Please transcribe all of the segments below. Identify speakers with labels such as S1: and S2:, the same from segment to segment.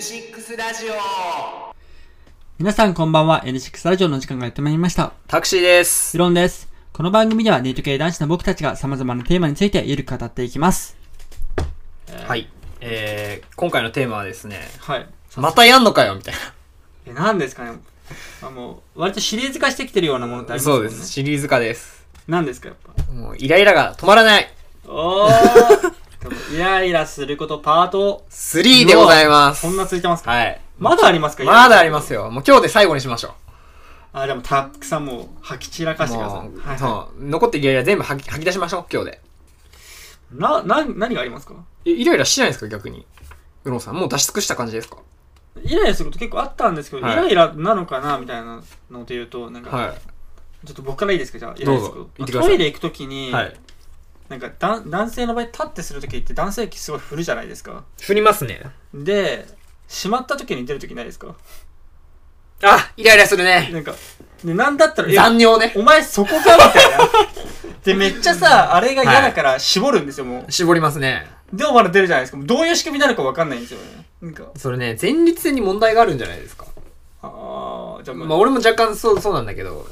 S1: ラジオ
S2: 皆さんこんばんは。N6 ラジオの時間がやってまいりました。
S1: タクシーです
S2: イロンです。この番組ではネイト系男子の僕たちが様々なテーマについてゆるく語っていきます。
S1: はいえー、今回のテーマはですね
S2: はい。
S1: またやんのかよみたい
S2: え、なんですかねあもう、割とシリーズ化してきてるようなものってあ
S1: な
S2: りますも
S1: そう
S2: んね。
S1: です。シリーズ化です
S2: なんですか、やっぱ。
S1: もうイライラが止まらない
S2: おーイライラすることパート、
S1: 3でございます
S2: こんなついてますか
S1: はい
S2: まだありますか
S1: まだあります。よもう今日で最後にしましょ
S2: あ、でもたくさんもう吐き散ら
S1: う
S2: かしてくださ
S1: もう、
S2: い。はいは
S1: そう残ってるイライラ全部吐き吐き出しましょう今日で
S2: い。な、な、何がありますか
S1: えイライラしてないですか逆にうろんさんもう出し尽くした感じですか
S2: イライラすること結構あったんですけど、
S1: はい
S2: イライラなのかなみたいなので言うと、なんか、
S1: は
S2: ちょっと僕からいいですかじゃあ、イライラするこ
S1: どうぞ
S2: と
S1: 言ってください
S2: トイレ行くときに、
S1: いはい
S2: なんかだん男性の場合立ってするときって男性器すごい振るじゃないですか
S1: 振りますね
S2: でしまったときに出るときないですか
S1: あイライラするね
S2: なんかでなんだったら
S1: 残尿ね
S2: えお前そこかみたいなでめっちゃさあれが嫌だから絞るんですよも
S1: 絞りますね
S2: うでもまだ出るじゃないですかもうどういう仕組みなのか分かんないんですよねなんか
S1: それね前立腺に問題があるんじゃないですか
S2: ああじゃあ
S1: ま
S2: ま
S1: あ
S2: あ、
S1: 俺も若干そうそうなんだけど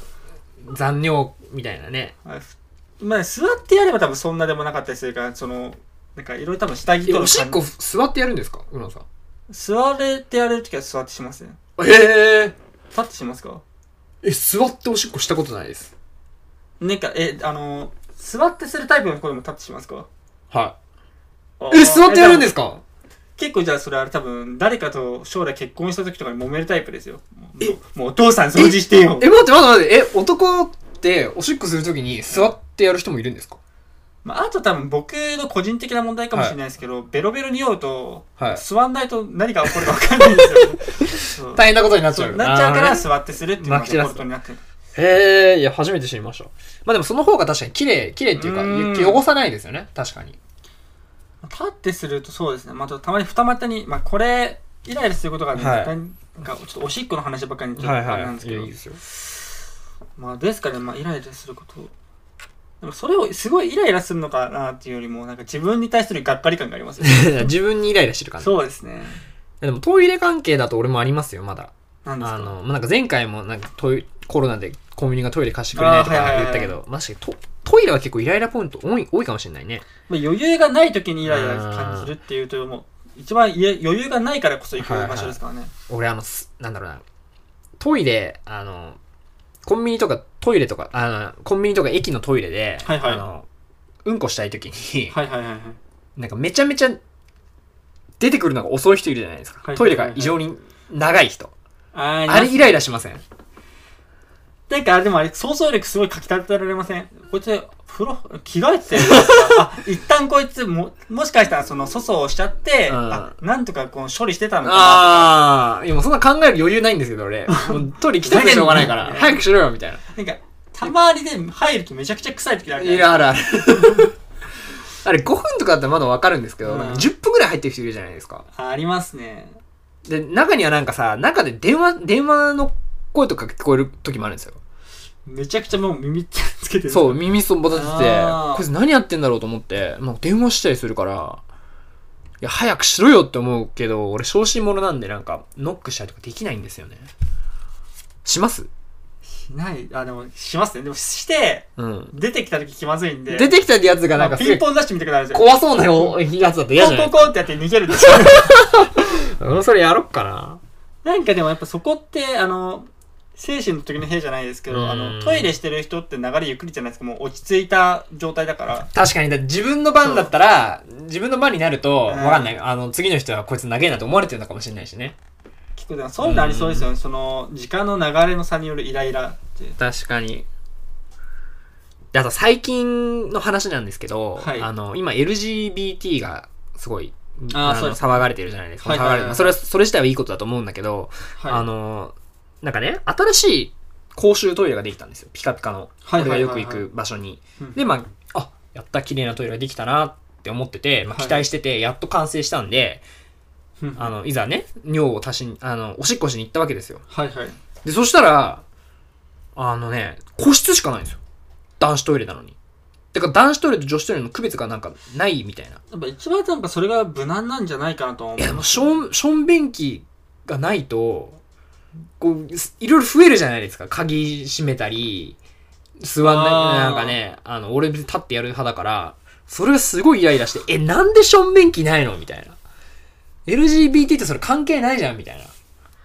S1: 残尿みたいなね
S2: あふまあ、座ってやれば多分そんなでもなかったりするからそのなんかいろいろ多分下着
S1: え
S2: との
S1: おしっこ座ってやるんですかうのさん
S2: 座れてやれるときは座ってしますね
S1: え
S2: 立ってしますか
S1: え座っておしっこしたことないです
S2: なんか、え、あのー、座ってするタイプの子でも立ってしますか
S1: はえ座ってやるんですすか
S2: 結構じゃあそれあれ多分、誰かと将来結婚した時とかに揉めるタイプですよ。もうもうもうお父さん掃除してよ
S1: え。待って待って待ってえ男っておしっこするときに座ってやる人もいるんですか
S2: まあ、あと多分僕の個人的な問題かもしれないですけど、ベロベロに酔うと、
S1: はい
S2: 座んないと何が起こるか分かんないんです よ、ねそう。
S1: 大変なことになっちゃ
S2: そううなっちゃうから
S1: あーね
S2: 座ってするっていうのが
S1: まき散らす
S2: ことになってる。
S1: へえいや初めて知りましたまあでもその方が確かに綺麗綺麗って
S2: う
S1: いう
S2: ー
S1: か
S2: ん
S1: 汚さないですよね確かに
S2: 立ってするとそうですね。まあ、たまに二股に、まあ、これ、イライラすることがね、
S1: はい
S2: なんかちょっとおしっこの話ばっかりにちょっとあれなんですけど、
S1: すよ
S2: まあですから、まあ、イライラすることでもそれをすごいイライラするのかなっていうよりもなんか自分に対するがっかり感がありますよね
S1: 自分にイライラしてる感じ
S2: そうですね
S1: でもトイレ関係だと俺もありますよまだ
S2: なんです
S1: あ
S2: か
S1: の、まあ、なんか前回もなんかトイコロナでコンビニがトイレ貸してくれないと
S2: あーは
S1: か
S2: いはいはい
S1: 言ったけど、まあ確かにトトイレは結構イライラポイント多い多いかもしれないね。
S2: まあ、余裕がない時にイライラ感じるっていうともう一番いえ余裕がないからこそ行く場所ですからね、
S1: 俺あの、すなんだろうな、トイレ、あの、コンビニとかトイレとか、あの、コンビニとか駅のトイレで、
S2: はいはい
S1: あの、うんこしたい時に、
S2: はい、はいはいはい
S1: なんかめちゃめちゃ出てくるのが遅い人いるじゃないですか。
S2: はい
S1: トイレが異常に長い人。
S2: あー
S1: あれ
S2: な
S1: イライラしません
S2: なんかあれでもあれ想像力すごいかき立てられませんこいつ風呂着替えてあ一旦こいつももしかしたらその粗相をしちゃって、
S1: うん
S2: あなんとかこの処理してたのかなとか
S1: ああ、いやもうそんな考える余裕ないんですけど 俺、もうトイレ行きたくてしょうがないから、
S2: ふざけんな
S1: 早くしろよみたいな。
S2: なんか、たまにで入るとめちゃくちゃ臭い時あるじゃない
S1: い
S2: ですか
S1: や、あるある。 あれ5分とかだったらまだわかるんですけど、
S2: うん
S1: なんか10分ぐらい入ってる人いるじゃないですか。
S2: あありますね。
S1: で、中にはなんかさ、中で電話、電話の声とか聞こえる時もあるんですよ。
S2: めちゃくちゃもう耳つけてる。
S1: そう、。耳そぼ立てて
S2: あ、ー
S1: こいつ何やってんだろうと思って、もう電話したりするから、いや、早くしろよって思うけど、俺、小心者なんでなんか、ノックしたりとかできないんですよね。します
S2: しない。あ、でも、しますね。でも、して、
S1: うん。
S2: 出てきた時気まずいんで。
S1: 出てきたやつがなんかす
S2: ピ
S1: げ
S2: ン
S1: え
S2: ポン出してみてください。コ
S1: 怖そうなよやつだと嫌じゃない
S2: ンコンってやって逃げるんですよ。
S1: うんそれやろっかな。
S2: なんかでもやっぱそこって、あの、精神の時の兵じゃないですけ
S1: う
S2: ど、
S1: ん
S2: あの、トイレしてる人って流れゆっくりじゃないですか。もう落ち着いた状態だから。
S1: 確かに、だって自分の番だったら、自分の番になると、
S2: うん
S1: わかんない。あの、次の人はこいつ長えなと思われてるのかもしれないしね。
S2: 結構でもそういうのありそうですよね。その、時間の流れの差によるイライラって。
S1: 確かに。で、あと最近の話なんですけど、
S2: はい
S1: あの、今 LGBT がすごい、
S2: あー
S1: の
S2: そうです
S1: 騒がれてるじゃないですか。
S2: はいはいはい
S1: 騒がれてまあそれは、それ自体はいいことだと思うんだけど、
S2: はい。
S1: あの、なんかね、新しい公衆トイレができたんですよ。ピカピカの。
S2: はいはい
S1: 俺
S2: は
S1: が
S2: い
S1: よ
S2: はい
S1: く行く場所に
S2: うん。
S1: で、まあ、あ、やった、綺麗なトイレができたなって思ってて、まあ、
S2: はい
S1: 期待してて、やっと完成したんで、
S2: うん
S1: あの、いざね、尿を足しに、あの、おしっこしに行ったわけですよ。
S2: はいはい。
S1: で、そしたら、あのね、個室しかないんですよ。男子トイレなのに。てか、男子トイレと女子トイレの区別がなんかないみたいな。
S2: やっぱ一番やっぱそれが無難なんじゃないかなと思う
S1: いや、でも、しょん、しょんべん器がないと、こう、すいろいろ増えるじゃないですか。鍵閉めたり、座ん
S2: あ
S1: な
S2: ー
S1: い、なんかね、あの、俺別に立ってやる派だから、それがすごいイライラして、え、なんで正面機ないのみたいな。LGBT とそれ関係ないじゃんみたいな。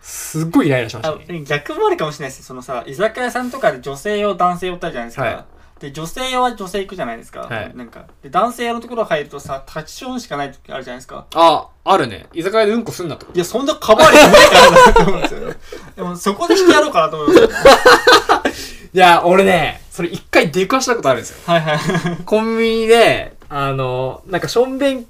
S1: すっごいイライラしました
S2: あ
S1: ね。
S2: 逆もあるかもしれないですそのさ居酒屋さんとかで女性用男性用ってあるじゃないですか、
S1: は
S2: で女性用は女性行くじゃないですか、
S1: はい
S2: なんかで男性用のところ入るとさ立ちションしかない時あるじゃないですか
S1: あ、あるね。居酒屋でうんこすんなってこと
S2: いやそんなカバー力ないからなと思うんで すよねでもそこでしてやろうかなと思います
S1: いや、俺ね、それ一回出くわしたことあるんですよ。
S2: はいはい
S1: コンビニで、あの、なんかしょんべん、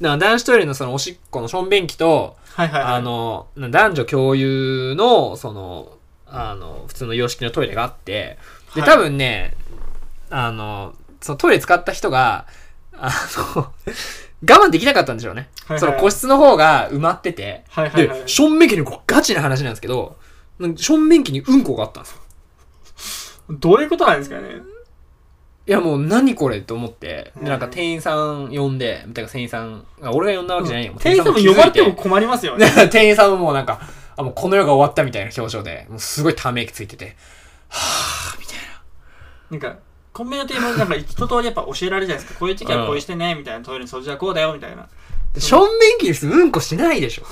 S1: な男子トイレのそのおしっこのしょんべん器と、
S2: はいはいはい
S1: あの、な男女共有の、その、あの、普通の洋式のトイレがあって、で、
S2: はい
S1: 多分ね、あの、そのトイレ使った人が、あの、 我慢できなかったんでしょうね。
S2: はいはい
S1: その個室の方が埋まってて、
S2: はいはいはい
S1: で、しょんべん器にこうガチな話なんですけど、なんかしょんべん器にうんこがあったんですよ。
S2: どういうことなんですかね
S1: いやもう何これと思って、
S2: うん
S1: でなんか店員さん呼んで、みたいな店員さん、あ俺が呼んだわけじゃないよ。
S2: 店員さんも呼ばれても困りますよ
S1: 気づ
S2: ね
S1: いて 店員さんももうなんか、あ、もうこの世が終わったみたいな表情で、もうすごいため息ついてて、
S2: なんかコンビニの店員もなんか一通りやっぱ教えられるじゃないですかこういう時はこうしてねみたいなトイレの掃除はこうだよみたいな
S1: で正面切りすうんこしないでしょ。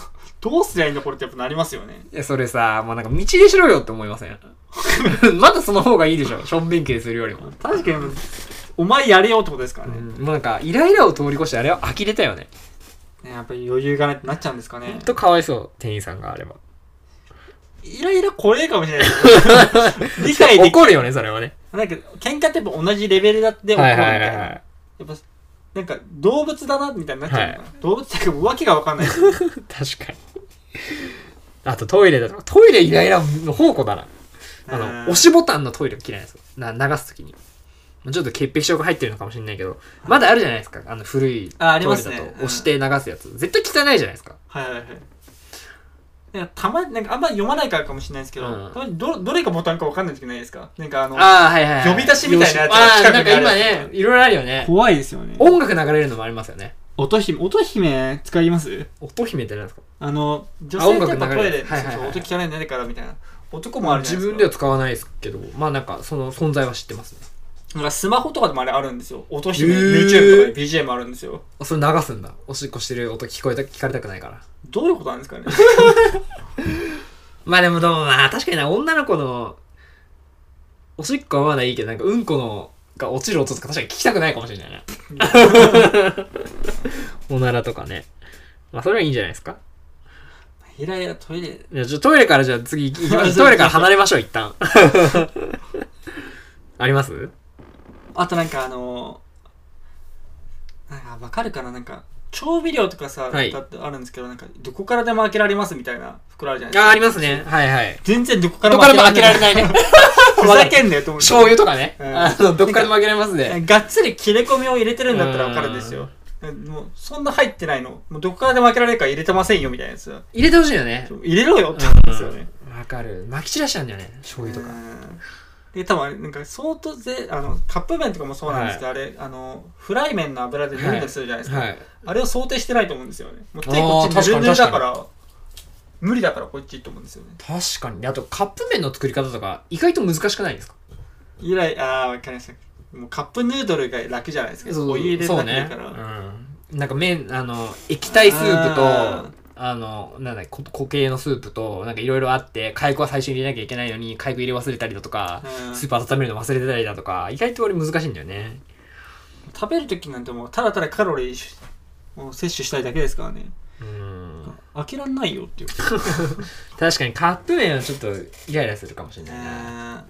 S2: どうすりゃいいんだこれってやっぱなりますよね
S1: いや、それさ、もうなんか道でしろよって思いません まだその方がいいでしょ。正面切りするよりも。
S2: 確かにお前やれよってことですから
S1: う
S2: ね、
S1: ん、もうなんか、イライラを通り越してあれは呆れたよね。
S2: ねやっぱり余裕がないってなっちゃうんですか
S1: ほ
S2: ね
S1: んとかわいそう、店員さんがあれば。
S2: イライラ怖えかもし れないですね理解でき
S1: 怒るよね、それはね。
S2: なんか喧嘩ってやっぱ同じレベルだって怒るみ
S1: は
S2: た
S1: い
S2: いな、
S1: はいはいはい。
S2: やっぱなんか動物だなみたいになっちゃうのかな、
S1: は
S2: 動物っていうかわけがわかんないですよ
S1: 確かに。あとトイレだと。トイレイライラの宝庫だな。 あの、押しボタンのトイレ嫌いなんですよ。な流すときに。ちょっと潔癖症が入ってるのかもしれないけど、まだあるじゃないですか。あの古いトイレ
S2: ああ
S1: だ
S2: り
S1: と
S2: ますね
S1: 押して流すやつ。絶対汚いじゃないですか。
S2: はいはいはいなんかたまになんかあんま読まないからかもしれないですけど、
S1: うん
S2: たまにどどれがボタンかわかんない時ないですかなんかあの
S1: ああ、はいはい、はい。
S2: 呼び出しみたいなやつが
S1: ああー、
S2: 近くに
S1: な
S2: あ
S1: ん
S2: る
S1: か今ね、いろいろあるよね。
S2: 怖いですよね
S1: 音楽流れるのもありますよね。
S2: 音姫音姫使います
S1: 音姫って何ですか
S2: あの女性ってやっぱ
S1: 音楽流
S2: ト
S1: れ
S2: イ
S1: る
S2: レ
S1: はいはいはい
S2: そうそう音聞かないんだからみたいな男もあるじゃ
S1: 自
S2: ないですか
S1: 分では使わないですけど、まあなんかその存在は知ってますね。
S2: なんかスマホとかでもあれあるんですよ。音姫、
S1: へー
S2: YouTube とかで BGM あるんですよ。
S1: あそれ流すんだ。おしっこしてる音聞こえた、聞かれたくないから。
S2: どういうことなんですかね
S1: まあでも、でもまあ確かにな、女の子の、おしっこはまだいいけど、なんかうんこの、が落ちる音とか確かに聞きたくないかもしれない な。おならとかね。まあそれはいいんじゃないですか。
S2: イライラトイレ。
S1: じゃあちょトイレからじゃあ次行きましょう。
S2: そう
S1: トイレから離れましょう、一旦。 あります
S2: あとなんかあのーなんかわかるかななんか、調味料とかさ、
S1: はい
S2: だってあるんですけど、なんか、どこからでも開けられますみたいな袋あるじゃないです
S1: あ、
S2: か。
S1: ありますね。はいはい。
S2: 全然どこ か
S1: ど
S2: ら
S1: こからも開けられ
S2: い。
S1: ないね。
S2: ふざけんなよと思
S1: 醤油とかね。
S2: うん
S1: あの、どっからでも開けられますね。
S2: う。がっつり切れ込みを入れてるんだったらわかるんですよ。もう、そんな入ってないの。もうどこからでも開けられるから入れてませんよみたいなやつ。
S1: 入れてほしいよね。
S2: 入れろよって思うんですよね。
S1: わかる。撒き散らしちゃうんだよね。醤油とか。
S2: うんで多分あれなんか相当ぜあのカップ麺とかもそうなんですけど、あれあのフライ麺の油で塗ったりするじゃないですか、
S1: はい。
S2: あれを想定してないと思うんですよねもう手
S1: あー
S2: こっち
S1: 確かに
S2: ぬるぬるだから無理だからこっちと思うんですよね
S1: 確かに。であと、カップ麺の作り方とか、意外と難しくないですか
S2: 以来ああ分かりましたもうカップヌードルが楽じゃないですかお湯入れる
S1: そ
S2: だ
S1: う
S2: け
S1: ね
S2: だから、。
S1: うん。なんか麺、あの、液体スープと、
S2: あ
S1: あの、なんだこ固形のスープと、なんかいろいろあって、火薬は最初に入れなきゃいけないのに、火薬入れ忘れたりだとか、
S2: うん
S1: スープ温めるの忘れてたりだとか、意外と俺難しいんだよね。
S2: 食べる時なんてもうただただカロリーを摂取したいだけですからね
S1: うん。
S2: 開けらんないよっていう、
S1: 確かにカップ麺はちょっとイライラするかもしれ
S2: え
S1: ないね。
S2: ー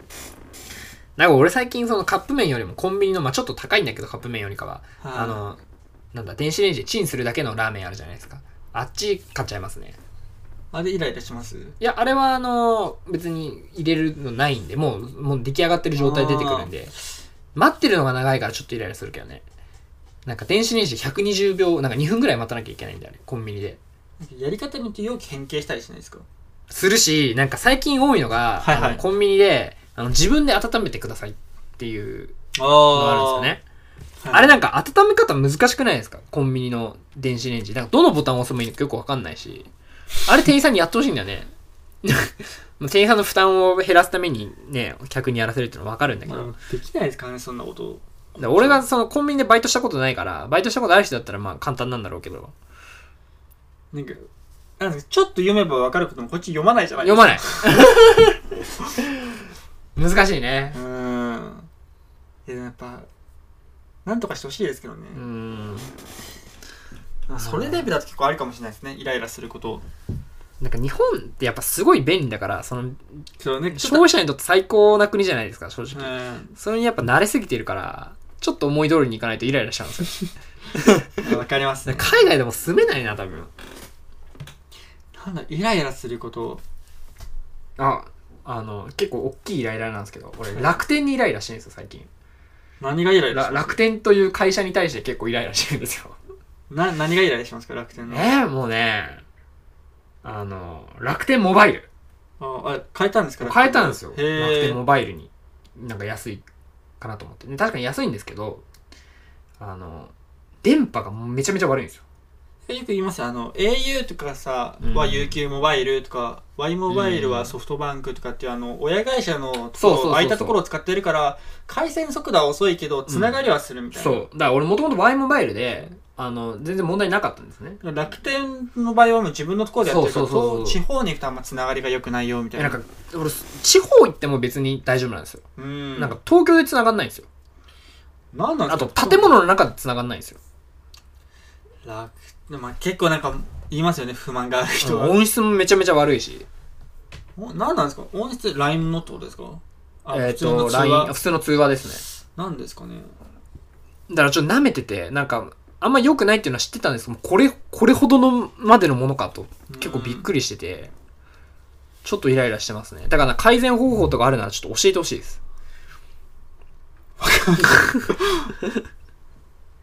S1: なんか俺最近そのカップ麺よりもコンビニの、まあちょっと高いんだけどカップ麺よりかは、
S2: はい
S1: あの、なんだ、電子レンジでチンするだけのラーメンあるじゃないですか。あっち買っちゃいますね。
S2: あれイライラします
S1: いや、あれはあの、別に入れるのないんで、もう、もう出来上がってる状態出てくるんで、待ってるのが長いからちょっとイライラするけどね。なんか電子レンジで120秒、なんか2分ぐらい待たなきゃいけないんだよね、コンビニで。
S2: なんかやり方によって容器変形したりしないですか
S1: するし、なんか最近多いのが、
S2: はいはい
S1: あのコンビニであの自分で温めてくださいっていう
S2: あ
S1: のがあるんですよね。
S2: はい
S1: あれなんか温め方難しくないですかコンビニの電子レンジ。なんかどのボタンを押せばいいのかよくわかんないし。あれ店員さんにやってほしいんだよね。 店員さんの負担を減らすためにね、客にやらせるってのはわかるんだけど。
S2: まあできないですからね、そんなこと。
S1: だから俺がそのコンビニでバイトしたことないから、バイトしたことある人だったらまあ簡単なんだろうけど。
S2: なんか、なんかちょっと読めばわかることもこっち読まないじゃない
S1: 読まない。難しいね。
S2: うーん。いや、やっぱ、なんとかしてほしいですけどね。
S1: うーん。
S2: まあそれレベルだと結構あるかもしれないですね。イライラすること。
S1: なんか日本ってやっぱすごい便利だから、その
S2: そうね、ち
S1: 消
S2: ょっ
S1: 費者にとって最高な国じゃないですか、正
S2: と、
S1: 直。
S2: うん
S1: それにやっぱ慣れすぎてるから、ちょっと思い通りにいかないとイライラしちゃうんですよ。
S2: わかり ますね。
S1: 海外でも住めないな、多分。
S2: なんだ、イライラすること。
S1: あ、あの、結構大きいイライラなんですけど、俺、楽天にイライラしてるんですよ、最近。
S2: 何がイライラ
S1: ら
S2: します
S1: 楽天という会社に対して結構イライラしてるんですよ。
S2: な何がイライラしますか、楽天の。
S1: ねえ、もうね、あの、楽天モバイル。
S2: あ、あ変えたんですか
S1: 変えたんですよ。楽
S2: へ
S1: 天
S2: ぇ
S1: モバイルに。なんか安いかなと思って。ね確かに安いんですけど、あの、電波がめちゃめちゃ悪いんですよ。
S2: よく言いますよあの、au とかさ、
S1: うん
S2: は UQ モバイルとか、y モバイルはソフトバンクとかっていう、あの、親会社のとこ
S1: そうそうそう
S2: ろ、
S1: そう
S2: 空いたところを使ってるから、回線速度は遅いけど、つながりはするみたいな。
S1: そう。だから俺もともと Y モバイルで、あの、全然問題なかったんですね。
S2: 楽天の場合はもう自分のところでやってるから
S1: そうそうそうそう
S2: と地方に行くとあんまつながりが良くないよみたい
S1: な
S2: なん
S1: か、俺、地方行っても別に大丈夫なんですよ。
S2: うん
S1: なんか、東京で繋がんないんですよ。
S2: なんなん
S1: あ
S2: です
S1: と、
S2: か
S1: 建物の中で繋がんないんですよ。
S2: 楽でもまあ結構なんか言いますよね不満がある人は、
S1: 音質もめちゃめちゃ悪いし、
S2: おなんなんですか音質 LINE のってことですかあ
S1: えっ、
S2: 普通の
S1: と、
S2: 通話
S1: LINE、普通の通話です
S2: なんですかね
S1: ね。だからちょっと舐めてて、なんか、あんま良くないっていうのは知ってたんですけど、これ、これほどのまでのものかと、結構びっくりしてて、ちょっとイライラしてますね。だから改善方法とかあるならちょっと教えてほしいです。
S2: い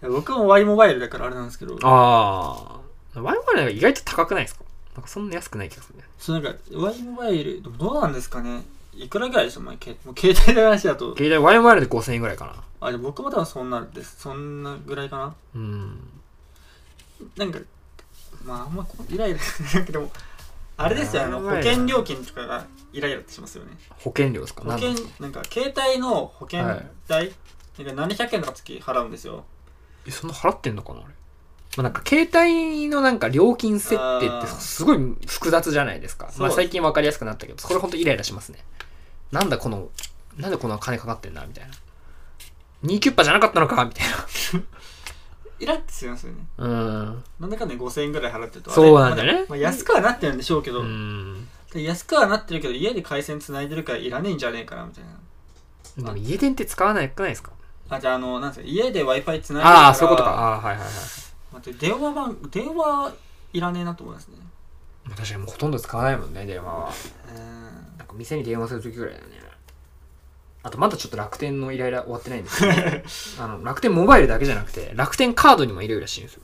S2: や僕も Y モバイルだからあれなんですけど
S1: あー。ワイワイなんか意外と高くないですかなんかそんな安くない気がするね。
S2: そうなんか Y モバイルでもどうなんですかねいくらぐらいでしょう前けもう携帯の話だと
S1: 携帯ワイワイで5000円ぐらいかな。
S2: あでも僕も多分そんなんですそんなぐらいかな
S1: うん。
S2: なんか、まあ、あんまこイライラしないけども、あれですよ、あの、
S1: や
S2: 保
S1: ばいな
S2: 険料金とかがイライラってしますよね。
S1: 保険料ですか
S2: 保
S1: なんだ
S2: 険、なんか、携帯の保険代、なんか700円とか月払うんですよ。
S1: え、そんな払ってんのかなあれ。まあ、なんか携帯のなんか料金設定
S2: あ
S1: って
S2: ー
S1: すごい複雑じゃないですか。
S2: そう
S1: まあ最近わかりやすくなったけど、それほんとイライラしますね。なんだこの、なんでこんな金かかってんなみたいな。2キュッパじゃな かったのかみたい
S2: イラってしますよね。
S1: な。うーん。
S2: なんだかんだ5000円ぐらい払ってると。
S1: そうなんだよね
S2: あれまあ、安くはなってるんでしょうけ
S1: う
S2: ど、
S1: ーん。
S2: で安くはなってるけど、家で回線繋いでるからいらねえんじゃねえかな、みたいな。
S1: でも家電って使わないくないですか
S2: あ、じゃあ、あの、なんですか、家で Wi-Fi 繋いでるから。
S1: ああー、そういうことか。。ああー、はいはいはい。
S2: 待って、電話番、電話いらねえなと思いますね。
S1: まあ確かにもうほとんど使わないもんね、電話は。
S2: うん。
S1: なんか店に電話するときぐらいだね。あとまだちょっと楽天のイライラ終わってないんですけど、 あの、楽天モバイルだけじゃなくて、楽天カードにもイライラしてるんですよ、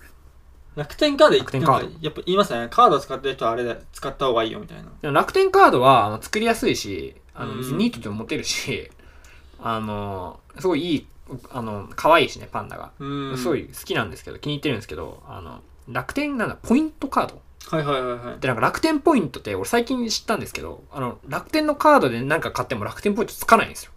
S1: 俺
S2: 楽天カード
S1: 楽天カード
S2: なんかやっぱ言いますねカード使ってる人はあれだ使った方がいいよみたいな
S1: でも楽天カードはあの作りやすいし、あの、
S2: うん
S1: 別にニートでも持てるし、あの、すごいいい、あの、可愛いしね、パンダが。
S2: うん
S1: すごい好きなんですけど、気に入ってるんですけど、あの、楽天なんだ、ポイントカード
S2: はいはいはいはい
S1: で、なんか楽天ポイントって俺最近知ったんですけど、あの、楽天のカードで何か買っても楽天ポイントつかないんですよ。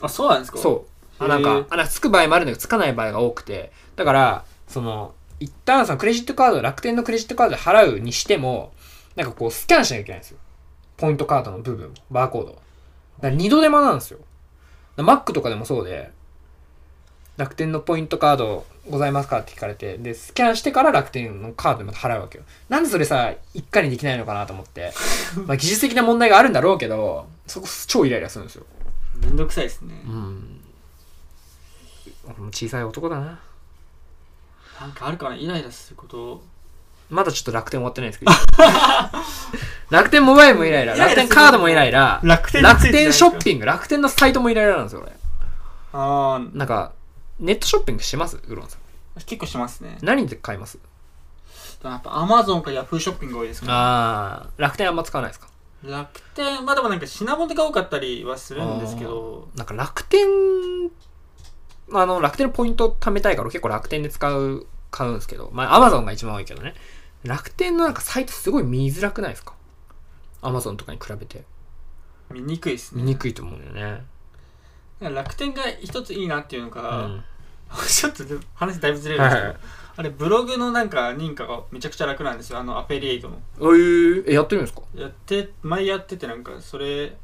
S2: あそうなんですかう
S1: そう。
S2: へ
S1: あ
S2: ー
S1: なんか、あなんかつく場合もあるんだけど、つかない場合が多くて。だから、その、一旦そのクレジットカード、楽天のクレジットカードで払うにしても、なんかこう、スキャンしなきゃいけないんですよ。ポイントカードの部分を、バーコードを。だから二度手間なんですよ。だから Mac とかでもそうで、楽天のポイントカードございますかって聞かれて、で、スキャンしてから楽天のカードでまた払うわけよ。なんでそれさ、一回にできないのかなと思って。まあ、技術的な問題があるんだろうけど、そこ超イライラするんですよ。
S2: めんどくさいですね、
S1: うん。俺も小さい男だな。
S2: なんかあるかなイライラすること
S1: まだちょっと楽天終わってないんですけど。 楽天モバイルもイライラ、
S2: イラ
S1: 楽
S2: イラする
S1: 天カードもイライラ、
S2: 楽天
S1: 楽天ショッ
S2: ング
S1: ピング、楽天のサイトもイライラなんですよ、俺。
S2: ああ
S1: なんか、ネットショッピングしますウロンさん。
S2: 結構しますね
S1: 何で買います
S2: でもやっぱアマゾンかヤフーショッピングが多いですから
S1: あー、楽天あんま使わないですか
S2: 楽天まあでもなんか品物が多かったりはするんですけど
S1: なんか楽天、まあ、あの、楽天のポイント貯めたいから俺結構楽天で使う、買うんですけど、まあ、アマゾンが一番多いけどね。楽天のなんかサイトすごい見づらくないですかアマゾンとかに比べて。
S2: 見にくいです
S1: 見
S2: ね
S1: にくいと思うんだよね。
S2: 楽天が一ついいなっていうの
S1: う
S2: が、
S1: ん。
S2: ちょっとでも話だいぶずれるん
S1: は
S2: で
S1: い
S2: すけ
S1: は
S2: ど、
S1: い。
S2: あれブログのなんか認可がめちゃくちゃ楽なんですよあのアフェリエイトの
S1: えー、えやってるんですか
S2: やって前やっててなんかそれ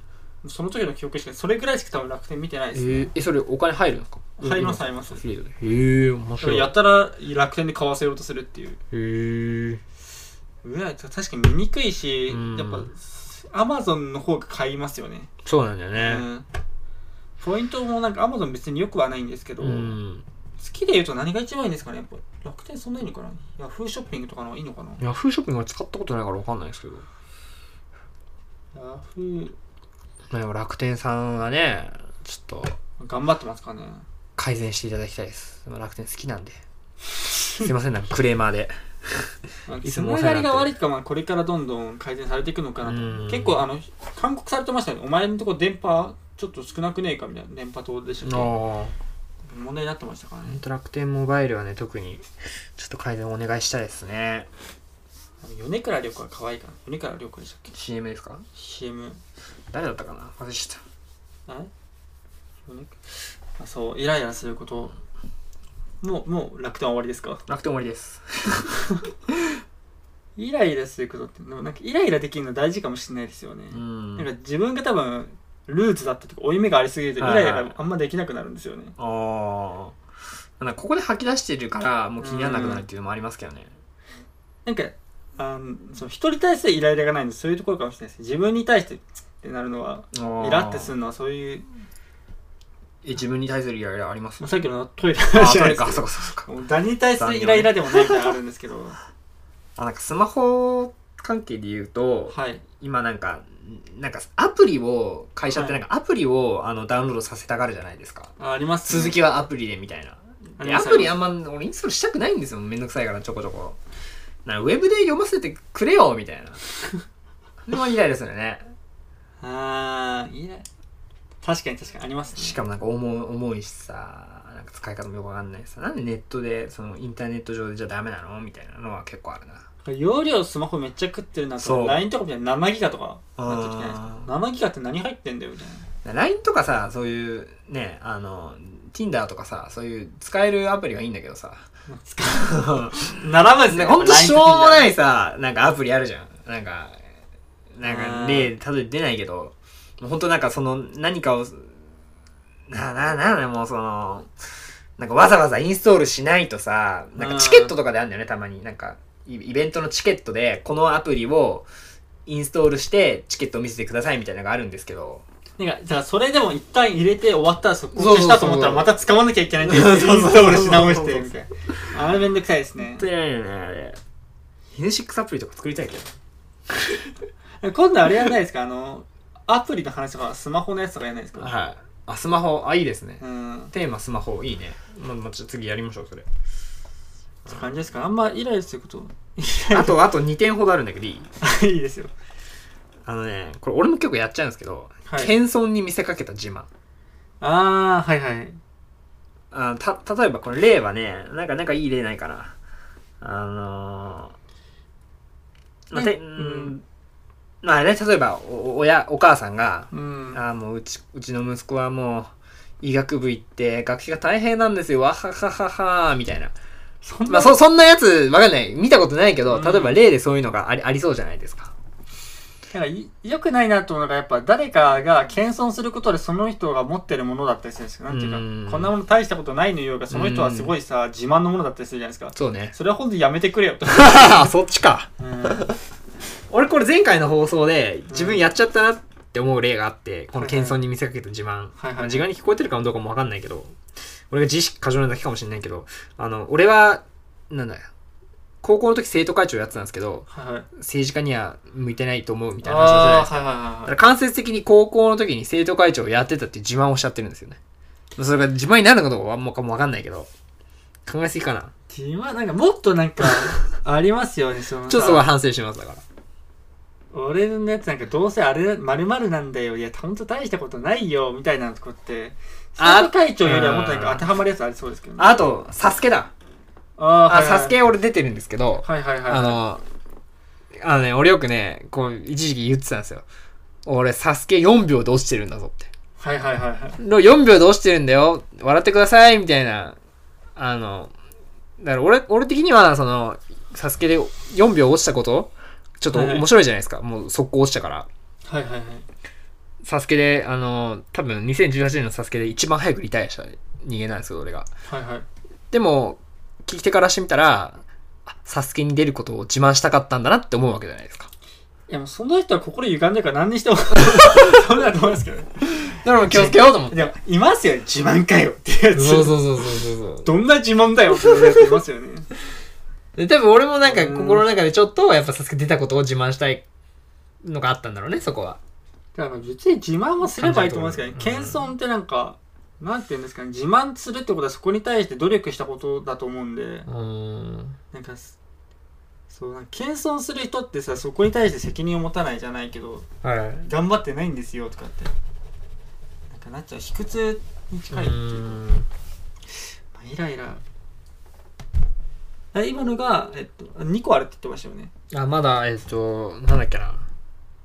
S2: その時の記憶しかそれぐらいしか多分楽天見てない
S1: え
S2: ですね、
S1: ー、え、それお金入るんですか
S2: 入ります
S1: うん
S2: 入ります
S1: アフィリエイトでへえー、面
S2: でも
S1: 白い。
S2: や
S1: へ
S2: ったら楽天で買わせようとするっていう
S1: えー。
S2: うわ確かに見にくいし、
S1: うん
S2: やっぱアマゾンの方が買いますよね、
S1: そうなんだよ
S2: う
S1: ね。
S2: んポイントもなんかアマゾン別によくはないんですけど、
S1: うん。
S2: 月で言うと何が一番いいんですかねやっぱ楽天そんなにいいのかなヤフーショッピングとかの方がいいのかな
S1: ヤフーショッピングは使ったことないからわかんないですけど。
S2: ヤフー
S1: まあでも楽天さんはね、ちょっと
S2: 頑張ってますかね
S1: 改善していただきたいです。でも楽天好きなんで。 すいません、なんかクレーマーで。
S2: まあ
S1: いつ
S2: つ
S1: もお
S2: な
S1: 世話
S2: が
S1: になってる
S2: りが悪いか、まあ、これからどんどん改善されていくのかな
S1: うん
S2: と結構あの勧告されてましたよねお前のとこ電波ちょっと少なくねえかみたいな電波塔でし
S1: あ
S2: たっけ
S1: あ。
S2: 問題になってましたから
S1: ほん
S2: ね
S1: と楽天モバイルはね、特にちょっと改善お願いしたいですね。
S2: あの米倉涼子は可愛いから米倉涼子でしたっけ
S1: CM ですか
S2: CM
S1: 誰だったかな忘れちゃっ
S2: あれ米倉あそうイライラすることもうもう楽天は終わりですか
S1: た。楽天終わりです。
S2: イライラすることってでもなんかイライラできるの大事かもしれないですよね、
S1: ん
S2: なんか自分が多分ルーツだったとか負い目がありすぎるとイ
S1: はいは
S2: ラ
S1: い
S2: イラがあんまできなくなるんですよね、
S1: ああ。なんかここで吐き出してるから、もう気にならなくなるっていうのもありますけどね。
S2: なんかあのその人に対してイライラがないんでそういうところかもしれないです自分に対してつってなるのはイラってす
S1: る。
S2: るのはそういう
S1: え、自分に対するイライラあります
S2: まあ
S1: あ
S2: さっきのトイレの
S1: ー、
S2: 話
S1: そ
S2: なん
S1: れ
S2: です
S1: か、
S2: け
S1: そう
S2: ど
S1: かそうか。
S2: もう誰に対してイライラでもないみたいなのあるんですけど
S1: あ、なんかスマホ関係で言うと、
S2: はい
S1: 今なんか、なんかアプリを、会社ってなんかアプリをあのダウンロードさせたがるじゃないですか。
S2: ああります、
S1: 続きはアプリでみたいな。
S2: あり
S1: で
S2: ま
S1: ア
S2: す
S1: プリあんま俺インストールしたくないんですよ。めんどくさいからちょこちょこ。なんかウェブで読ませてくれよみたいな。でもイライラするよね。
S2: あーイライラ確かに確かにありますね
S1: しかもなんか重い重いしさ、なんか使い方もよくわかんないしさ。なんでネットで、そのインターネット上でじゃダメなのみたいなのは結構あるな。
S2: 容量スマホめっちゃ食ってるな
S1: そ
S2: と
S1: う
S2: LINE とかみたいな7ギガとかなってきてないです
S1: あ
S2: か
S1: ー
S2: 7ギガって何入ってんだよみたい な
S1: LINE とかさ、そういうね、あの、Tinder とかさ、そういう使えるアプリはいいんだけどさ。
S2: 使う並ぶんです
S1: な
S2: ね
S1: んかほんとしょうも
S2: い
S1: ないさ、なんかアプリあるじゃん。なんか、なんか例、例え出ないけど、もうほんとなんかその何かを、な、な、な、な、もうその、なんかわざわざインストールしないとさ、なんかチケットとかであるんだよね、たまに。なんか、イイベントのチケットで、このアプリをインストールして、チケットを見せてくださいみたいなのがあるんですけど、
S2: なんか、じゃあそれでも一旦入れて終わったらそこ
S1: そうそう
S2: 消
S1: そう
S2: したと思ったらまた使わなきゃいけないんで、イ ンストールし直して、みたいな。あれめんどくさいですね
S1: 本当。にないよね、あれ。N6 アプリとか作りたいけど。
S2: 今度あれやらないですかあの、アプリの話とかスマホのやつとかやらないですか
S1: はい。あ、スマホ、あ、いいですね。
S2: うん。っ
S1: テーマスマホいいね。ま、まちょ次やりましょう、それ。
S2: て感じですかあんまイライラすること。
S1: あと、あと2点ほどあるんだけどいい
S2: いいですよ。
S1: あのね、これ俺も結構やっちゃうんですけど、
S2: はい
S1: 謙遜に見せかけた自慢。
S2: あー、はいはい。
S1: あた、例えばこれ例はね、なんか、なんかいい例ないかな。あのー、まあ、て、
S2: う
S1: うんん、まあね、例えば、お、親、お母さんが、
S2: うん。
S1: ああ、もううち、うちの息子はもう、医学部行って、学費が大変なんですよ、わはははは、みたいな。
S2: そん
S1: まあ、そ、そんなやつ、わかんない。見たことないけど、
S2: うん
S1: 例えば例でそういうのがあり、ありそうじゃないですか。
S2: なんかい良くないなと思うのが、やっぱ誰かが謙遜することでその人が持ってるものだったりするんですよ。なんていうか、
S1: うん
S2: こんなもの大したことないのよが、その人はすごいさ、自慢のものだったりするじゃないですか。
S1: そうね。
S2: それは本当にやめてくれよと。
S1: そっちか。俺これ前回の放送で自分やっちゃったなって思う例があって、この謙遜に見せかけた自慢。
S2: はいはい
S1: まあ自慢に聞こえてるかどうかもわかんないけど、俺が自意識過剰なだけかもしれないけど、あの、俺は、なんだよ。高校の時生徒会長やってたんですけど、
S2: はいはい。
S1: 政治家には向いてないと思うみたいな話をしてたじゃない
S2: あ
S1: ですか。
S2: あー、はいはい
S1: だ
S2: はい
S1: か
S2: はい。
S1: ら間接的に高校の時に生徒会長をやってたっていう自慢をしちゃってるんですよね。まあそれが自慢になるのかどうかはもうかもわかんないけど、考えすぎかな。
S2: 自慢、なんかもっとなん か、ありますよね、その。
S1: ちょっとそこは反省します、だから。
S2: 俺のやつなんかどうせあれ、まるなんだよ。いや、ほんと大したことないよ、みたいなとこって、
S1: あ
S2: 生徒会長よりはもっとなん
S1: う
S2: か
S1: ん
S2: 当てはまるやつありそうですけどね。
S1: あと、サスケだ。
S2: あー、
S1: あ、
S2: はいはい
S1: サスケ俺出てるんですけど、
S2: はいはいはい。
S1: あの、あのね、俺よくね、こう、一時期言ってたんですよ。俺、サスケ4秒で落ちてるんだぞって。
S2: はいはいはいはい。
S1: の4秒で落ちてるんだよ。笑ってください、みたいな。あの、だから俺、俺的には、その、サスケで4秒落ちたこと、ちょっと面白いじゃないですか。もう速攻落ちたから。
S2: はいはいはい。
S1: サスケで、あの、多分2018年のサスケで一番早くリタイアした人間なんですけど、俺が。
S2: はいはい。
S1: でも、聞き手からしてみたら、あサスケに出ることを自慢したかったんだなって思うわけじゃないですか。
S2: いやもうその人は心歪んでるから何に してもそれだと思いますけどね。
S1: だから気をつけようと思って。
S2: でも、いますよね。自慢かよっていうやつ。
S1: そうそうそうそうそうそう。
S2: どんな自慢だよっていうやついますよね。
S1: で、多分俺もなんか心の中でちょっと、やっぱサスケ出たことを自慢したいのがあったんだろうね、そこは。
S2: だから別に自慢はすればいいと思うんですけどね。
S1: 感じ
S2: 謙遜ってなんか、なんて言うんですかね。自慢するってことはそこに対して努力したことだと思うんで
S1: う、ーん。
S2: なんか、そう、なんか謙遜する人ってさ、そこに対して責任を持たないじゃないけど、
S1: はい。
S2: 頑張ってないんですよとかって。なんかなっちゃう。卑屈に近いっていうか。
S1: ん。
S2: まあイライラあ今のが、えっと、2個あるって言ってましたよね
S1: あ、まだ、えっ、と、なんだっけな。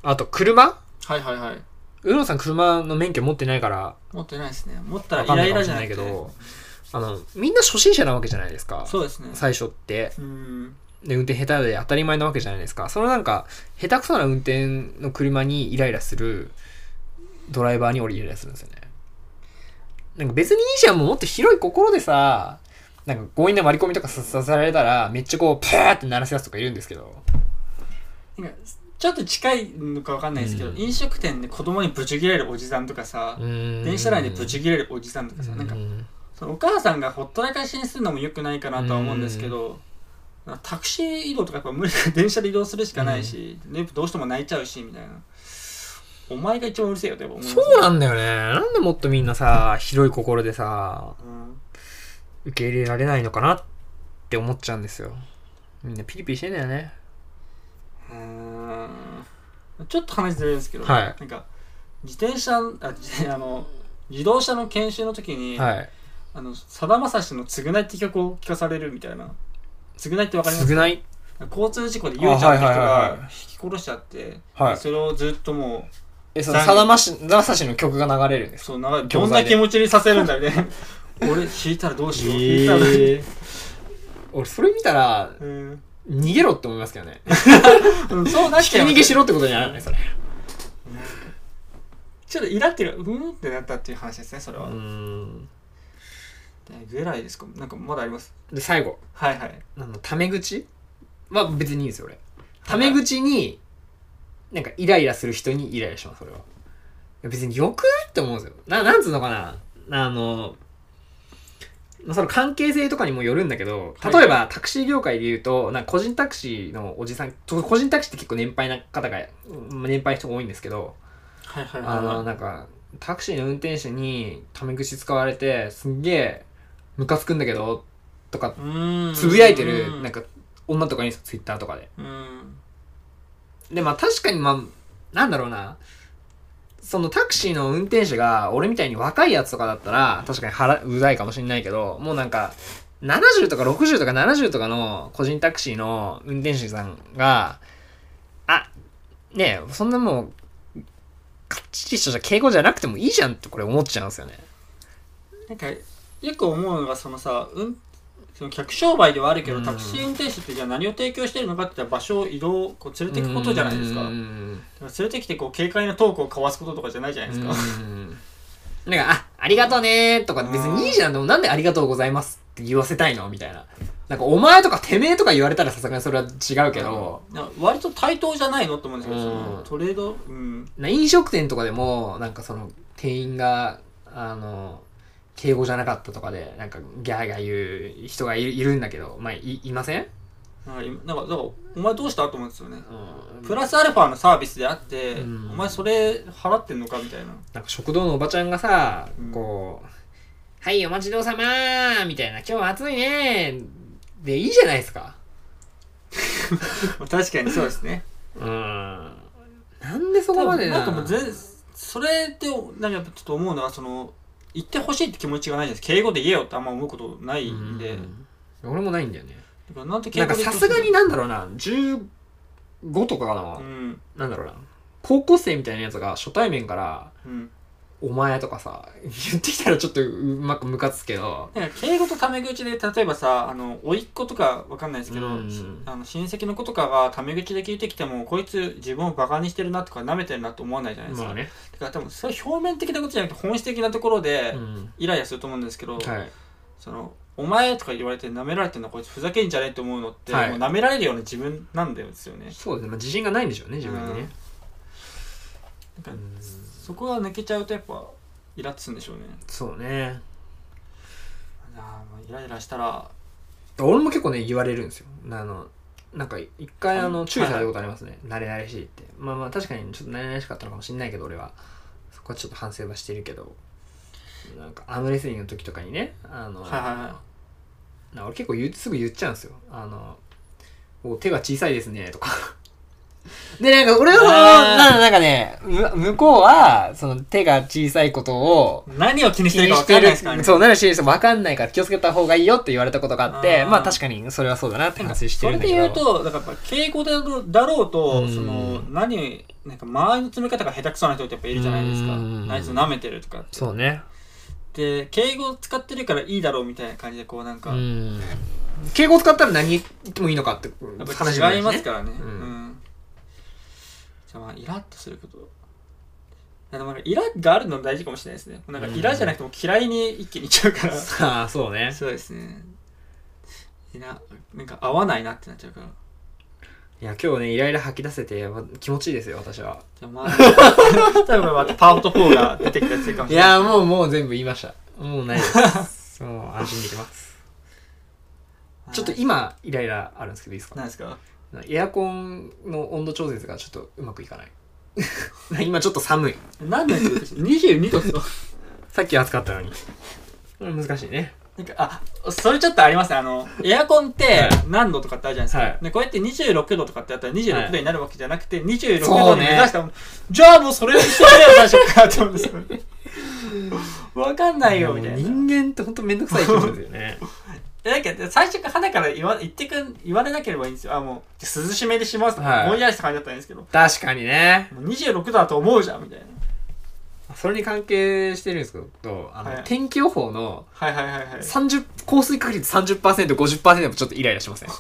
S1: あと、車
S2: はいはいはいう
S1: のさん車の免許持ってないから、
S2: 持ってないですね持ったら
S1: わ
S2: イ
S1: かんな
S2: ラ
S1: い
S2: イ
S1: かもし
S2: ラじ
S1: れ
S2: ゃな
S1: ない
S2: い
S1: け
S2: けど
S1: ど、あの、みんな初心者なわけじゃないですか。
S2: そうですね
S1: 最初って。
S2: うーん
S1: で、運転下手で当たり前なわけじゃないですか。そのなんか、下手くそな運転の車にイライラするドライバーに俺イライラするんですよね。なんか別にいいじゃん、もうもっと広い心でさ、なんか強引な割り込みとかささせられたら、めっちゃこう、パーって鳴らすやつとかいるんですけど。
S2: なんかちょっと近いのかわかんないですけど、
S1: うん
S2: 飲食店で子供にぶち切れるおじさんとかさ、電
S1: 電
S2: 車内でぶち切れるおじさんとかさ、なんかそのお母さんがほったらかしにするのも良くないかなとは思うんですけど、なんかタクシー移動とかやっぱ無理か電車で移動するしかないし、でどうしても泣いちゃうしみたいなお前が一番うるせえよって思いますね
S1: そうなんだよね。なんでもっとみんなさ、広い心でさ、
S2: うん
S1: 受け入れられないのかなって思っちゃうんですよ。みんなピリピリしてんだよね。
S2: うーんちょっと話ずれるんですけど、
S1: はい
S2: なんか自転車あ自転あの自動車の研修の時に、
S1: はい。
S2: あのさだまさしの「償い」って曲を聴かされるみたいな償いってわかります
S1: 償い
S2: 交通事故でゆうちゃんって人
S1: あはいはいはい
S2: が
S1: はい
S2: 引き殺しちゃって、
S1: はい
S2: それをずっとも
S1: え、その、
S2: 残
S1: さだまし、さだまさしの曲が流れるんで
S2: う
S1: す
S2: そう長い
S1: 教
S2: どん
S1: 材
S2: な
S1: で
S2: 気持ちにさせるんだみたいな 俺引いたらどうしよう、引いたらどうしよ
S1: え俺、それ見たら、
S2: ううん
S1: 逃げろって思いますけどね。
S2: うんそうなっ
S1: 引き
S2: ちゃう
S1: 逃げしろってことにならない、それ。
S2: ちょっとイラってるうーんってなったっていう話ですねそれは、
S1: ん。
S2: ぐらいですかなんかまだあります
S1: で、最後。
S2: はいはい
S1: なんだタメ口まあ、別にいいんですよ、俺。タメ口に、なんかイライラする人にイライラします、それは。いや別によくないって思うんですよ。な、なんつうのかな。あの、まあその関係性とかにもよるんだけど、例えばタクシー業界で言うと、なんか個人タクシーのおじさん、と個人タクシーって結構年配な方が、うん年配の人が多いんですけど、
S2: はいはいはい
S1: あ
S2: はい
S1: の、なんか、タクシーの運転手にタメ口使われて、すんげえムカつくんだけど、とか、つ
S2: つ
S1: ぶやいてる、なんか、女とかいるんですよ、ツイッターとかで。
S2: うん
S1: で、まあ確かにまあ、なんだろうな。そのタクシーの運転手が、俺みたいに若いやつとかだったら、確かに腹、うざいかもしんないけど、もうなんか、70とか60とか70とかの個人タクシーの運転手さんが、あ、ねえ、そんなもう、かっちりとした敬語じゃなくてもいいじゃんってこれ思っちゃうんですよね。
S2: なんかよく思うのがそのさ、うん、その客商売ではあるけど、
S1: うん
S2: タクシー運転手ってじゃあ何を提供してるのかって言ったら場所を移動こう連れていくことじゃないですか
S1: う
S2: だ
S1: ん
S2: から連れてきてこう軽快なトークを交わすこととかじゃないじゃないですか、
S1: うん なんか、あ、ありがとうねーとか別にいいじゃん。でもなんでありがとうございますって言わせたいのみたいな。なんかお前とかてめえとか言われたらさすがにそれは違うけど、
S2: なんか割と対等じゃないのと思うんですけど、
S1: うん
S2: そのトレード、うん、
S1: な飲食店とかでも、なんかその店員が、あの、敬語じゃなかったとかで、なんかギャーギャー言う人がいるいるんだけど、まあ、い、いません
S2: なんか今なんかだからお前どうしたと思うんですよね
S1: うん
S2: プラスアルファのサービスであって、
S1: うん
S2: お前それ払ってんのかみたいな
S1: なんか食堂のおばちゃんがさ、
S2: うん
S1: こう、はい、お待ちどうさまーみたいな、今日は暑いねーでいいじゃないですか。
S2: まあ確かにそうですね
S1: うん。なんでそこまで
S2: なんかもう全それってなんかやっぱちょっと思うのはその言ってほしいって気持ちがないじゃないですか敬語で言えよってあんま思うことないんで、
S1: うん俺もないんだよね。
S2: だからなんて敬
S1: な
S2: 語
S1: ん
S2: で
S1: か
S2: 言
S1: さ
S2: ってほ
S1: す
S2: しい
S1: がになんだろうな、15 5とかかな、
S2: うん
S1: なんだろうな。高校生みたいなやつが初対面から、
S2: うん
S1: お前とかさ、言ってきたらちょっとうまくムカつくけど、
S2: なんか敬語とタメ口で例えばさあの甥っ子とかわかんないですけど、
S1: うん
S2: あの親戚の子とかがタメ口で聞いてきてもこいつ自分をバカにしてるなとか舐めてるなと思わないじゃないですか、
S1: まあね。
S2: だから多分それ表面的なことじゃなくて本質的なところで
S1: うん。
S2: イライラすると思うんですけ
S1: は
S2: ど、
S1: い。
S2: そのお前とか言われて舐められてるのこいつふざけんじゃねえと思うのって、
S1: はい
S2: もう舐められるような自分なんだよですよね
S1: そうですね。まあ、自信がないんでしょうね、自分にね。
S2: なんか
S1: うん
S2: そこが抜けちゃうとやっぱイラッとするんでしょうね
S1: そうね。
S2: あーもうイライラしたら
S1: 俺も結構ね、言われるんですよ。あの、なんか、一回、あ
S2: は
S1: の、
S2: い
S1: 注意されたことありますね。慣れ慣れしいって。まあまあ、確かに、ちょっと慣れ慣れしかったのかもしれないけど、俺は。そこはちょっと反省はしてるけど、なんか、アームレスリングの時とかにね、あの、
S2: はいはいは
S1: な俺結構言うすぐ言っちゃうんですよ。あの、お手が小さいですね、とか。 で、なんか俺はその、
S2: あー
S1: ななんかね、む向こうは、その手が小さいことを、
S2: 何を気にし
S1: 気
S2: てる
S1: に
S2: か分
S1: し
S2: か
S1: て
S2: んな
S1: る
S2: いですからね
S1: そう、何をしてる人も分かんないから気をつけた方がいいよって言われたことがあって、
S2: あー
S1: まあ確かにそれはそうだなって反省して
S2: そ
S1: る
S2: れ
S1: んだ
S2: で
S1: けど。
S2: 言うとだからやっぱ敬語だろだろうと、
S1: うん
S2: その何なんか周りの詰め方が下手くそな人ってやっぱいるじゃないですか、
S1: うん
S2: あいつ舐めてるとかって
S1: そうね。
S2: で敬語使ってるからいいだろうみたいな感じでこうなんか、
S1: うん。敬語使ったら何言ってもいいのかって
S2: やっ
S1: 話
S2: ぱ違います
S1: か
S2: からね。
S1: うん
S2: うんじゃあまあ、イラッとすること。いやでもなんかイラッがあるの大事かもしれないですね。なんかイラじゃなくても嫌いに一気にいっちゃうから。
S1: ああ、そうね。
S2: そうですね。イラ、なんか合わないなってなっちゃうから。
S1: いや、今日ね、イライラ吐き出せて、ま気持ちいいですよ、私は。
S2: じゃあまあ、 多分またパート4が出てきたりするかも
S1: い
S2: しれない。
S1: やーもうもう全部言いましたもうないです もう安心できますちょっと今イライラあるんですけどいいですか
S2: なんですか
S1: エアコンの温度調節がちょっとうまくいかない 今ちょっと寒い
S2: 何なん ですか ?22 度っすか
S1: さっき暑かったのにこれ難しいね
S2: なんか、あ、それちょっとありますね。あの、エアコンって何度とかってあるじゃないですか。
S1: はい
S2: でこうやって26度とかってあったら
S1: は
S2: 26
S1: い
S2: 度になるわけじゃなくて、26
S1: そ
S2: 度
S1: う
S2: に
S1: ね
S2: 目指したら、じゃあもうそれにしてくれよ、最初からって思うんですよ。 わかんないよ、みたいな。
S1: 人間ってほんとめんどくさい生き物ですよ ね
S2: えだけど、最初から肌から言わ言ってくん言われなければいいんですよ。あ、もう、涼しめにしますと
S1: は
S2: か、
S1: い
S2: ぼんやりした感じだったらいいんですけど、
S1: 確かにね
S2: もう26度だと思うじゃん、みたいな。
S1: それに関係してるんですけどあの、
S2: はい
S1: 天気予報の
S2: はいはいはいはい。
S1: 30降水確率 30%50% もちょっとイライラしません い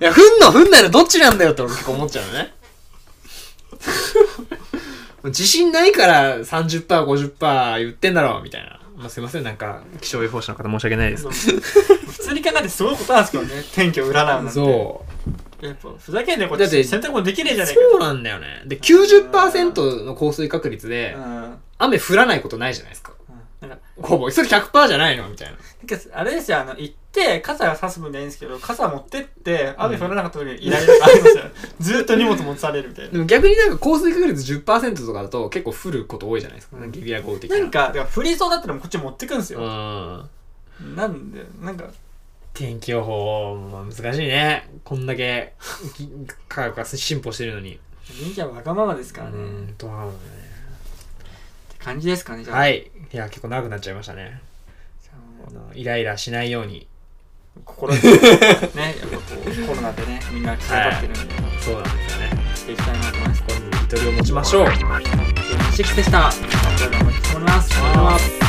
S1: や降んの降んないのどっちなんだよって俺結構思っちゃうのね 自信ないから 30%50% 言ってんだろうみたいな、まあ、すいませんなんか気象予報士の方申し訳ないです
S2: 普通に考えてすごいことなんですけどね、天気を占うなんて。
S1: そう
S2: やっぱ、ふざけんねこっ
S1: だって
S2: ち洗濯もできねえじゃねえか
S1: そうなんだよねで90%の降水確率で
S2: うん
S1: 雨降らないことないじゃないですか
S2: うんなんか
S1: ほぼそれ100%じゃないのみたいな
S2: なんかあれですよ、あの、行って、傘が差す分にはいいんですけど、傘持ってって、雨降らなかった時にイライラがありますよ。 ずーっと荷物持たれるみたい
S1: で
S2: な。
S1: も逆になんか降水確率10%とかだと結構降ること多いじゃないですか、
S2: うん
S1: ゲリラ豪雨的な
S2: なんか、だから降りそうだったらもうこっち持ってくんです
S1: う
S2: よ。
S1: ん
S2: なんで、なんか、
S1: 天気予報、まあ、難しいねこんだけぎ科学が進歩してるのに
S2: 人間はわがままですからね。っ
S1: んとなるほどね
S2: て感じですかね、じゃあ。。
S1: はいいいや結構長くなっちゃいましたねあのイライラしないように
S2: 心で、ね、 やっぱこう、コロナでね、みんな気が立ってるんで、
S1: そうなんですよね
S2: していきたいなと思います。
S1: ゆとりを持ちましょう
S2: シックスでした。それではお待ちしております。おはようございます。